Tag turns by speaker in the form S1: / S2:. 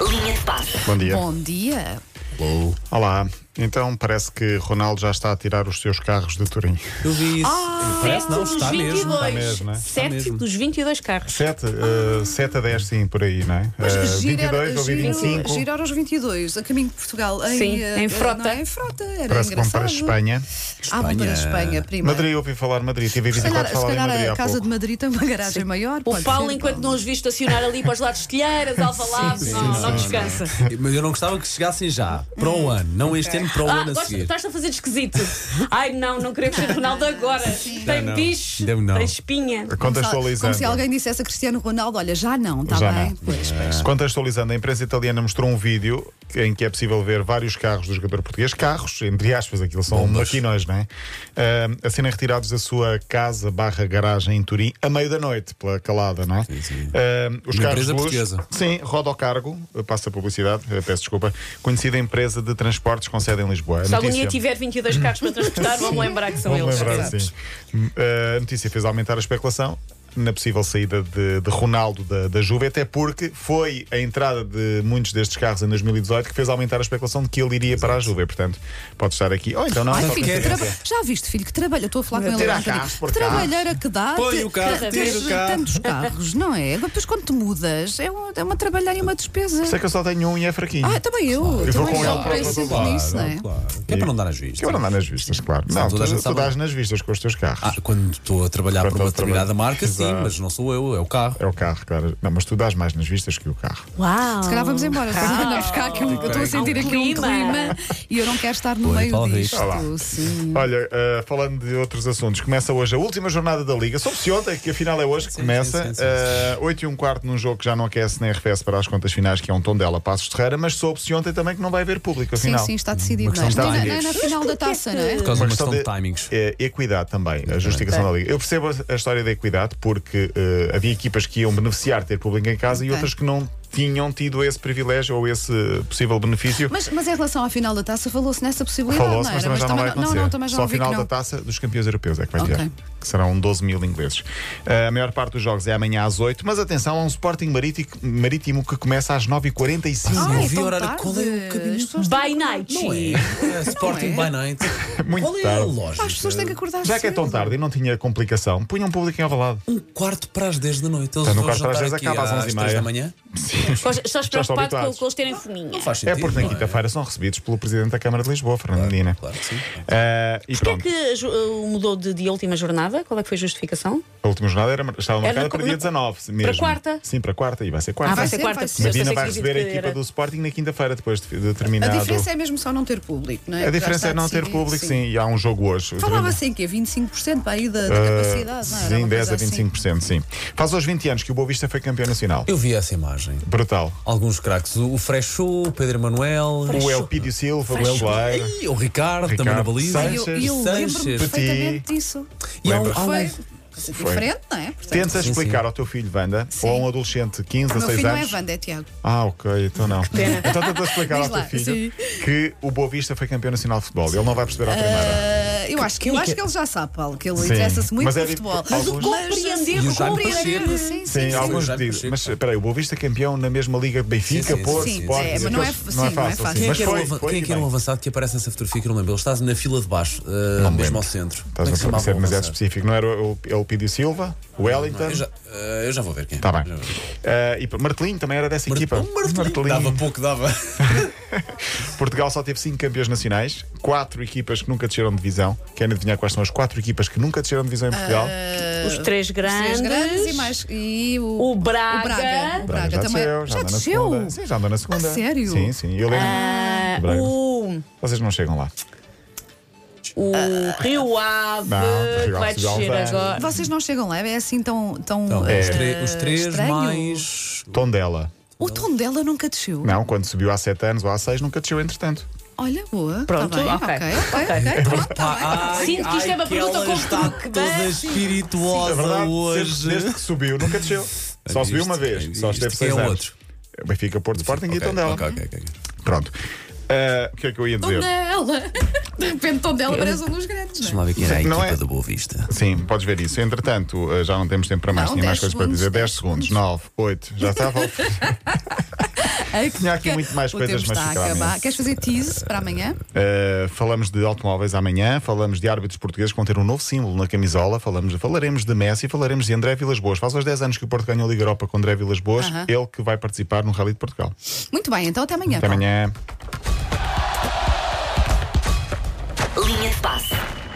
S1: Olá.
S2: Bom dia.
S1: Bom dia.
S2: Olá. Então parece que Ronaldo já está a tirar os seus carros de Turim.
S3: Eu vi isso.
S1: Ah,
S3: É, Parece não,
S4: dos
S3: está mesmo.
S4: 22.
S2: mesmo, né? Está
S4: Sete
S3: mesmo.
S4: dos 22 carros.
S2: 7, eh, a 10, sim, por aí, não é? Eh, 22 ou
S1: gira-
S2: 25.
S1: girar aos 22, a caminho de Portugal. Em,
S4: Sim,
S1: eh,
S4: em
S1: eh,
S4: Frota.
S1: não é? em frota, era
S2: Parece que vão
S1: engraçado.
S2: para a Espanha.
S1: Ah, vão para a Espanha, prima.
S2: Madrid, ouvi falar de Madrid. Tive
S1: Se
S2: 24
S1: calhar, se
S2: falar em
S1: calhar é
S2: Madrid
S1: a
S2: há
S1: casa
S2: pouco.
S1: de Madrid tem uma garagem maior.
S4: O
S1: pode
S4: Paulo,
S1: ser,
S4: enquanto não os vi estacionar ali para os lados de Telheiras, Alvalade,
S3: Sim,
S4: não,
S3: sim,
S4: não
S3: sim.
S4: descansa.
S3: Mas eu não gostava que chegassem já. Para
S1: Hum.
S3: o ano. Não este ano, para o
S4: Ah,
S3: ano a
S4: gosto-
S3: seguir.
S4: estás a fazer de esquisito. Ai não, não queremos ser Ronaldo agora. Tem
S3: Não, não.
S4: bicho,
S3: Deu não.
S4: tem espinha.
S1: Como se, como se
S2: Contextualizando.
S1: alguém dissesse a Cristiano Ronaldo: olha, já não, está
S2: Já
S1: bem?
S2: não. É.
S1: Pois,
S3: É.
S1: pois.
S2: Contextualizando, a imprensa italiana mostrou um vídeo em que é possível ver vários carros do jogador português, carros, entre aspas, aquilo são maquinões, não é? Ah, a serem retirados da sua casa barra garagem em Turim a meio da noite, pela calada, não é?
S3: Sim, sim.
S2: Ah, os carros
S3: Uma empresa
S2: de luxo-
S3: portuguesa.
S2: Sim, Rodocargo, passa a publicidade, eh, peço desculpa, conhecida empresa de transportes com sede em Lisboa. A
S4: Se algum dia
S2: notícia-
S4: tiver 22 carros para transportar, vão lembrar que são
S2: Vou-me
S4: eles.
S2: lembrar, sim. Uh, a notícia fez aumentar a especulação na possível saída de, de Ronaldo da, da Juve, até porque foi a entrada de muitos destes carros em 2018 que fez aumentar a especulação de que ele iria para a Juve. Portanto, pode estar aqui. Ou então não,
S1: Ai,
S2: só
S1: filho, que
S2: coincidência.
S1: traba- Já viste, filho, que trabalha? Estou a falar com ele
S2: Tira
S1: agora,
S2: carros
S1: António.
S2: por
S1: Que
S2: carros.
S1: trabalheira que dá.
S3: Põe
S1: te-
S3: o carro,
S4: tira
S1: te-
S4: o
S1: tens
S3: carro.
S1: tantos carros, não é? Agora Depois quando te mudas, é uma, é uma trabalhar e uma despesa.
S2: Sei que eu só tenho um e é fraquinho.
S1: Ah,
S4: tá
S1: também eu.
S2: Eu vou
S1: também
S2: com
S1: já
S2: ele para
S1: penso
S2: todo
S1: sempre
S2: lado,
S1: nisso, não é?
S3: Claro. Que é para não dar às vistas.
S2: Que eu andar nas vistas, claro.
S3: Sim,
S2: Não,
S3: toda a
S2: tu,
S3: gente
S2: tu
S3: sabe.
S2: dás nas vistas com os teus carros.
S3: Ah, quando estou a trabalhar
S2: Quando
S3: para uma
S2: estou a trabalhar.
S3: determinada marca, sim,
S2: Exato.
S3: mas não sou eu, é o carro.
S2: É o carro, claro. Não, mas tu dás mais nas vistas que o carro.
S4: Uau!
S1: Se calhar vamos embora. Depois andamos cá, que eu eu estou a sentir
S4: Há um
S1: aqui um
S4: clima.
S1: clima e eu não quero estar no
S3: Pois,
S1: meio
S3: talvez.
S1: disto. Sim.
S2: Olha, eh, falando de outros assuntos, começa hoje a última jornada da Liga. Soube-se ontem, que afinal é hoje que
S3: Sim,
S2: começa.
S3: sim, sim, sim.
S2: eh, 8 e um quarto num jogo que já não aquece nem arrefece para as contas finais, que é um tom dela, Passos Terreira, mas soube-se ontem também que não vai haver público,
S1: Sim,
S2: afinal.
S1: sim, está decidido.
S3: questão
S1: não é?
S2: de
S1: Não é na
S2: timings.
S1: final da taça, não é?
S3: Por causa de uma questão de,
S2: de-
S3: timings.
S2: É, equidade também, a justificação da Liga. Eu percebo a, a história da equidade, porque eh, havia equipas que iam beneficiar de ter público em casa e
S1: Ok.
S2: outras que não tinham tido esse privilégio ou esse possível benefício.
S1: Mas, mas em relação à final da taça, falou-se nessa possibilidade,
S2: Falou-se,
S1: não
S2: mas
S1: era?
S2: também já não vai
S1: não,
S2: acontecer.
S1: não, também já
S2: Só
S1: não
S2: o
S1: vi que
S2: final da
S1: não.
S2: taça dos campeões europeus é que vai
S1: Ok.
S2: ter. Que serão 12 mil ingleses. Ah, a maior parte dos jogos é amanhã às 8, mas atenção, há um Sporting Marítimo, marítimo que começa às 9h45.
S1: Ah,
S3: não
S1: é
S3: vi
S1: tão
S3: a hora
S1: tarde.
S3: qual é o caminho.
S1: As pessoas
S4: By
S1: têm que acordar.
S4: night.
S3: Não é? É Sporting
S1: Não é?
S3: by night.
S2: Muito
S3: qual é a
S2: tarde.
S3: lógica?
S1: As pessoas têm que acordar
S2: Já que é tão
S1: cedo.
S2: tarde e não tinha complicação, punha um público em Alvalade.
S3: Um quarto para as 10 da noite. Eles
S2: Então, no
S3: vão
S2: quarto para as
S3: jantar
S2: 10
S3: aqui
S2: acaba às
S3: às
S2: 11 e
S3: 3 da
S2: meia.
S3: manhã.
S4: Estás
S2: estão
S4: preocupado com,
S2: habituados.
S4: com eles terem fominha.
S3: Não faz sentido.
S2: É porque na
S3: não
S2: quinta-feira são recebidos pelo Presidente da Câmara de Lisboa, Fernando Medina.
S3: Claro que sim.
S2: Ah, e
S4: Porquê é
S2: pronto,
S4: que ju- uh, mudou de, de última jornada? Qual é que foi a justificação?
S2: a última jornada era, estava
S4: Era
S2: marcada
S4: na-
S2: para dia
S4: na-
S2: 19 mesmo.
S4: quarta?
S2: Sim, para quarta e vai ser quarta.
S4: Ah, vai
S1: ser,
S4: ser quarta,
S1: vai ser.
S4: eu só sei
S2: Medina
S4: que
S2: vai
S4: acredito
S2: receber a
S4: que
S2: equipa
S4: era-
S2: do Sporting na quinta-feira, depois de, de
S1: A
S2: terminado.
S1: diferença é mesmo só não ter público, não é?
S2: A
S1: Já
S2: diferença
S1: está
S2: é não ter
S1: decidido,
S2: público, sim. e há um jogo hoje.
S1: Falava-se em quê? 25% para aí da, da
S2: Uh,
S1: capacidade, não é? Era
S2: sim,
S1: uma
S2: 10
S1: coisa
S2: a
S1: assim.
S2: 25%, sim. Faz aos 20 anos que o Boa Vista foi campeão nacional.
S3: Eu vi essa imagem.
S2: Brutal.
S3: Alguns craques. O o Freixo, o Pedro Manuel.
S2: O Elpidio Silva, o
S3: Freixo.
S2: Elpidio.
S3: Ei, O Ricardo, também na
S2: Ricardo
S3: baliza.
S1: E eu, e eu
S3: Sanches.
S1: lembro-me perfeitamente disso.
S3: E há um-
S2: Lembra-se?
S3: há um-
S1: Foi diferente, não é? Portanto,
S2: Tenta
S3: Sim, sim.
S2: explicar ao teu filho, Wanda, ou a um adolescente de 15,
S1: o meu
S2: 16
S1: filho não é
S2: anos.
S1: Wanda, é Tiago.
S2: Ah, ok, então não. Então tenta explicar
S1: Diz
S2: ao teu
S1: lá,
S2: filho
S1: sim.
S2: que o Boa Vista foi campeão nacional de futebol. Ele não vai perceber à primeira.
S1: Ah, eu acho que, eu
S3: Quem é
S1: acho
S3: que-
S1: que ele já sabe, Paulo, que ele
S2: Sim.
S1: interessa-se muito
S2: Mas
S1: pelo
S2: é dif-
S1: futebol.
S2: Mas o alguns-
S4: compreender,
S3: E o Jaime
S1: compreender,
S3: Pacheco.
S1: Sim,
S2: Sim,
S1: sim, sim.
S2: alguns
S3: Jaime
S2: dizem.
S3: Pacheco.
S2: Mas espera aí, o Boa Vista é campeão na mesma liga de Benfica,
S3: Sim, sim,
S2: Porto,
S1: sim.
S2: Sporting.
S1: É, mas não é-
S2: aqueles-
S1: sim, não é fácil.
S2: sim.
S3: Quem é
S2: Mas
S3: que era,
S2: foi,
S3: o, avan-
S2: foi
S3: quem é que era
S2: bem.
S3: o avançado que aparece nessa fotografia que eu não lembro? Ele está na fila de baixo, eh,
S2: Não me
S3: mesmo
S2: lembro.
S3: ao centro. Como é que
S2: Estás a
S3: se chamava
S2: ser
S3: o
S2: demasiado
S3: avançado?
S2: específico. Não era o é o Elpidio Silva, o Wellington?
S3: Eu já, eh, eu já vou ver quem é.
S2: Tá bem.
S3: Já vou ver.
S2: Eh, e Martelinho também era dessa equipa.
S3: Um martelinho. Dava pouco, dava.
S2: Portugal só teve 5 campeões nacionais, 4 equipas que nunca desceram de divisão. Querem adivinhar quais são as 4 equipas que nunca desceram de divisão em Portugal?
S3: Ah,
S4: eh, Os três grandes.
S1: Ah, Três grandes e mais. E o,
S4: O Braga.
S1: O Braga, o Braga
S2: já
S1: também.
S2: desceu, já,
S1: já
S2: andou na
S1: desceu?
S2: segunda. Sim, já andou
S3: Ah,
S2: na segunda.
S1: A sério?
S2: Sim, sim. Eu lembro.
S4: Ah,
S2: O Braga.
S4: o,
S2: Vocês não chegam lá.
S4: o Rio Ave,
S2: Não, Rio
S4: que
S2: Ave
S4: vai
S2: já há uns
S4: descer
S2: anos.
S4: agora.
S1: Vocês não chegam lá, é assim tão. tão
S3: Então,
S2: É.
S1: eh,
S3: os, tre- os três
S1: estranho.
S3: mais.
S2: Tondela.
S1: O tom dela nunca desceu.
S2: Não, quando subiu há 7 anos ou há 6, nunca desceu, entretanto.
S1: Olha, boa.
S4: Pronto,
S1: tá bem,
S4: ok,
S1: ok,
S2: É
S1: ok, pronto, tá bem.
S4: Sinto que isto é uma pergunta com truque,
S3: toda
S4: mas-
S3: espirituosa
S2: É sempre-
S3: hoje.
S2: desde que subiu, nunca desceu. Só subiu uma vez. Só esteve 6
S3: Quem é o
S2: anos.
S3: outro?
S2: Benfica, Porto, Sporting e
S3: Ok,
S2: Tondela.
S3: ok, ok, ok.
S2: Pronto. Ah, o que é que eu ia dizer?
S1: Tondela! De repente, Tondela parece um dos grandes.
S3: Deixa-me lá ver quem era a
S2: Não
S3: equipa
S2: é?
S3: do Boa Vista.
S2: Sim, podes ver isso. Entretanto, eh, já não temos tempo para mais.
S1: Não,
S2: Tinha mais
S1: 10
S2: coisas para dizer. 10
S1: segundos,
S2: segundos, 9, 8. Já estava. Tinha aqui muito mais
S1: é? o
S2: coisas,
S1: tempo
S2: mas
S1: está a
S2: ficará amanhã.
S1: acabar. Queres fazer tease para amanhã?
S2: Uh, falamos de automóveis amanhã, falamos de árbitros portugueses que vão ter um novo símbolo na camisola, falamos, falaremos de Messi, falaremos de André Vilas Boas. Faz aos 10 anos que o Porto ganhou a Liga Europa com André Vilas Boas,
S1: Aham.
S2: ele que vai participar no Rally de Portugal.
S1: Muito bem, então até amanhã.
S2: Até
S1: Paulo.
S2: amanhã.
S5: Linha de passe.